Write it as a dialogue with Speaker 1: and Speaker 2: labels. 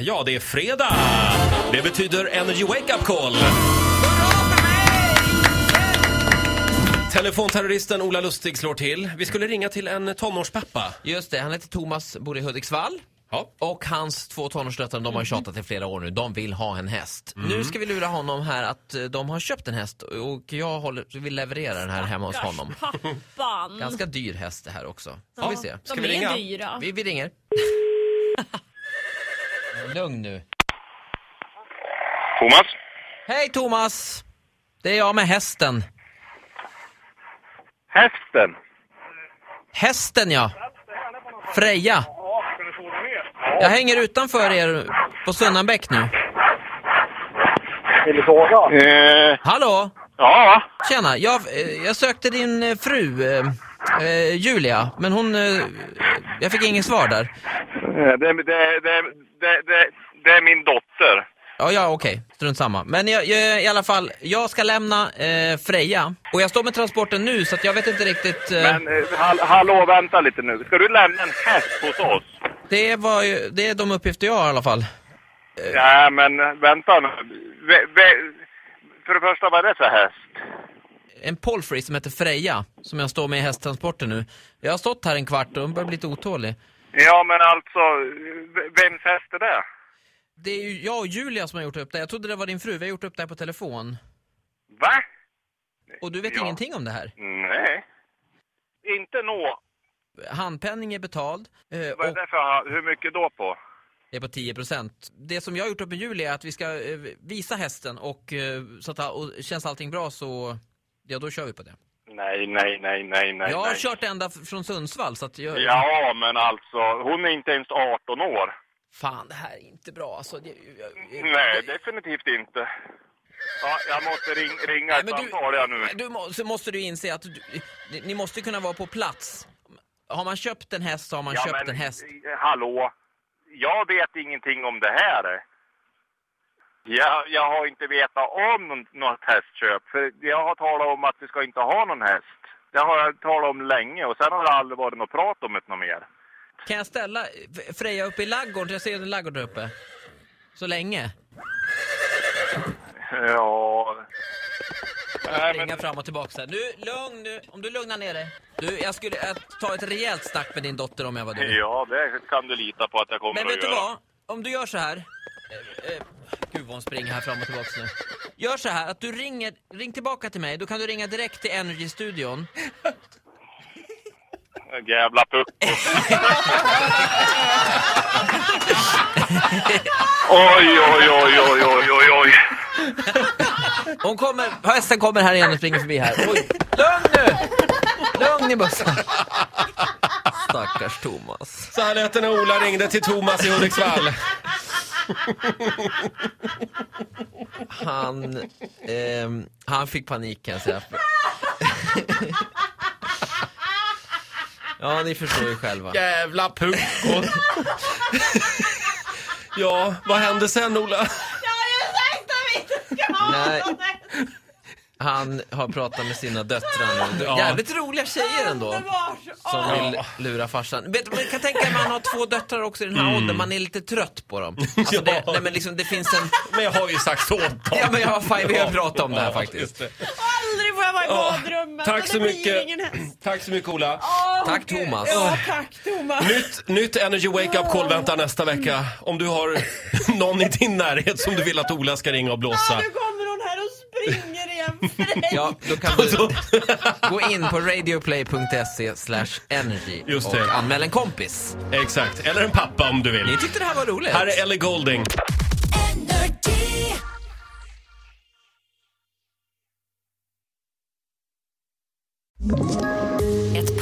Speaker 1: Ja, det är fredag! Det betyder Energy Wake Up Call. Telefonterroristen Ola Lustig slår till. Vi skulle ringa till en tonårspappa.
Speaker 2: Just det, han heter Thomas, bor i Hudiksvall.
Speaker 1: Ja.
Speaker 2: Och hans två tonårsdöttrar, de har tjatat i flera år nu, de vill ha en häst. Nu ska vi lura honom här att eh, de har köpt en häst och jag håller, vill leverera den här hemma hos honom.
Speaker 3: Pappan.
Speaker 2: Ganska dyr häst det här också. Får vi se.
Speaker 1: Ska
Speaker 3: de
Speaker 1: vi
Speaker 3: är
Speaker 1: ringa?
Speaker 3: dyra.
Speaker 2: Vi, vi ringer. Lugn nu.
Speaker 4: Thomas?
Speaker 2: Hej Thomas! Det är jag med hästen.
Speaker 4: Hästen?
Speaker 2: Hästen ja! Freja! Jag hänger utanför er på Sunnanbäck nu.
Speaker 4: Eh,
Speaker 2: Hallå!
Speaker 4: ja,
Speaker 2: Tjena, jag, eh, jag sökte din eh, fru eh, eh, Julia, men hon... Eh, jag fick inget svar där.
Speaker 4: Eh, det, det, det, det, det, det är min dotter.
Speaker 2: Ja, ja okej, strunt samma. Men jag, jag, i alla fall, jag ska lämna eh, Freja. Och jag står med transporten nu, så att jag vet inte riktigt... Eh,
Speaker 4: Men eh, hall, hallå, vänta lite nu. Ska du lämna en häst hos oss?
Speaker 2: Det, var ju, det är de uppgifter jag har i alla fall.
Speaker 4: Nej, men eh, vänta nu. Ve, ve, för det första, vad är det för häst?
Speaker 2: En polfrey som heter Freja, som jag står med i hästtransporten nu. Jag har stått här en kvart och hon börjar bli lite otålig.
Speaker 4: Ja, men alltså, v- vems häst är det?
Speaker 2: Det är ju jag och Julia som har gjort upp det. Jag trodde det var din fru, vi har gjort upp det här på telefon.
Speaker 4: Va?
Speaker 2: Och du vet
Speaker 4: Ja.
Speaker 2: ingenting om det här?
Speaker 4: Nej. Inte nå.
Speaker 2: Handpenning är betald. eh,
Speaker 4: Vad är
Speaker 2: och-
Speaker 4: det för, hur mycket då på?
Speaker 2: Det är på 10 procent. Det som jag har gjort upp med Julia är att vi ska eh, visa hästen och, eh, så att, och känns allting bra så ja, då kör vi på det.
Speaker 4: Nej, nej, nej, nej, nej.
Speaker 2: jag har
Speaker 4: nej.
Speaker 2: kört ända f- från Sundsvall så att jag...
Speaker 4: Ja, men alltså, hon är inte ens 18 år.
Speaker 2: Fan, det här är inte bra alltså. Det, jag, jag,
Speaker 4: Nej, definitivt inte. Ja, jag måste ring, ringa
Speaker 2: Nej,
Speaker 4: ett
Speaker 2: men du,
Speaker 4: samtal jag nu.
Speaker 2: du må, så måste du inse att du, ni- ni måste kunna vara på plats. Har man köpt en häst så har man
Speaker 4: ja,
Speaker 2: köpt
Speaker 4: men,
Speaker 2: en häst.
Speaker 4: eh, Hallå? Jag vet ingenting om det här. Jag, jag har inte vetat om någon- något hästköp. För jag har talat om att vi ska inte ha någon häst. Det har jag talat om länge och sen har det aldrig varit något prat om det något mer.
Speaker 2: Kan jag ställa F- Freja uppe i laggården? Jag ser en laggård där uppe. Så länge.
Speaker 4: Ja... Nej,
Speaker 2: springa
Speaker 4: men,
Speaker 2: fram och tillbaka så här. Nu, lugn nu. Om du lugnar ner dig. Du, jag skulle eh, ta ett rejält snack med din dotter om jag var du.
Speaker 4: ja, det kan du lita på att jag kommer
Speaker 2: Men
Speaker 4: att
Speaker 2: vet du
Speaker 4: göra.
Speaker 2: vad? Om du gör så här. Eh, eh, gud vad hon springer här fram och tillbaka nu. Gör så här att du ringer, ring tillbaka till mig. Då kan du ringa direkt till Energy-studion.
Speaker 4: Jävla pucko. oj, oj, oj, oj, oj, oj, oj.
Speaker 2: Hon kommer, hästen kommer här igen och springer förbi här. Oj. Lugn nu! Lugn i bussen. Stackars Thomas.
Speaker 1: Så här lät det när Ola ringde till Thomas i Hudiksvall.
Speaker 2: Han, ehm, han fick panik kan jag säga. ja, ni förstår ju själva.
Speaker 1: Jävla pucko! Ja, vad hände sen Ola?
Speaker 3: Jag har ju sagt att vi inte ska
Speaker 2: Nej.
Speaker 3: ha något!
Speaker 2: Han har pratat med sina döttrar nu.
Speaker 1: Ja.
Speaker 2: Jävligt roliga tjejer ändå.
Speaker 3: Underbart!
Speaker 2: Som
Speaker 3: Åh.
Speaker 2: vill lura farsan. Vet, du, man kan tänka mig att man har två döttrar också i den här åldern. Man är lite trött på dem. Alltså det,
Speaker 1: Mm. Ja.
Speaker 2: nej, men liksom, det finns en...
Speaker 1: Men jag har ju sagt åt dem.
Speaker 2: Ja, men jag, fan, vi har pratat om det här
Speaker 1: Ja, just
Speaker 2: faktiskt.
Speaker 1: det.
Speaker 3: Aldrig får jag vara i
Speaker 1: Ja,
Speaker 3: badrummet!
Speaker 1: tack så
Speaker 3: Det blir
Speaker 1: mycket.
Speaker 3: ingen häst.
Speaker 1: Tack så mycket Ola.
Speaker 3: Åh,
Speaker 2: Tack,
Speaker 3: Gud.
Speaker 2: Thomas.
Speaker 3: Ja, tack Thomas!
Speaker 1: Nytt, nytt Energy Wake Up Call väntar nästa vecka. Om du har någon i din närhet som du vill att Ola ska ringa och
Speaker 3: Ja,
Speaker 1: blåsa.
Speaker 3: nu kommer hon här och springer igen fräck.
Speaker 2: Ja, då kan du gå in på radioplay.se slash energy
Speaker 1: Just
Speaker 2: och
Speaker 1: det.
Speaker 2: anmäl en kompis.
Speaker 1: Exakt. Eller en pappa om du vill.
Speaker 2: Ni tyckte det här var roligt.
Speaker 1: Här är Ellie Golding.
Speaker 5: Ett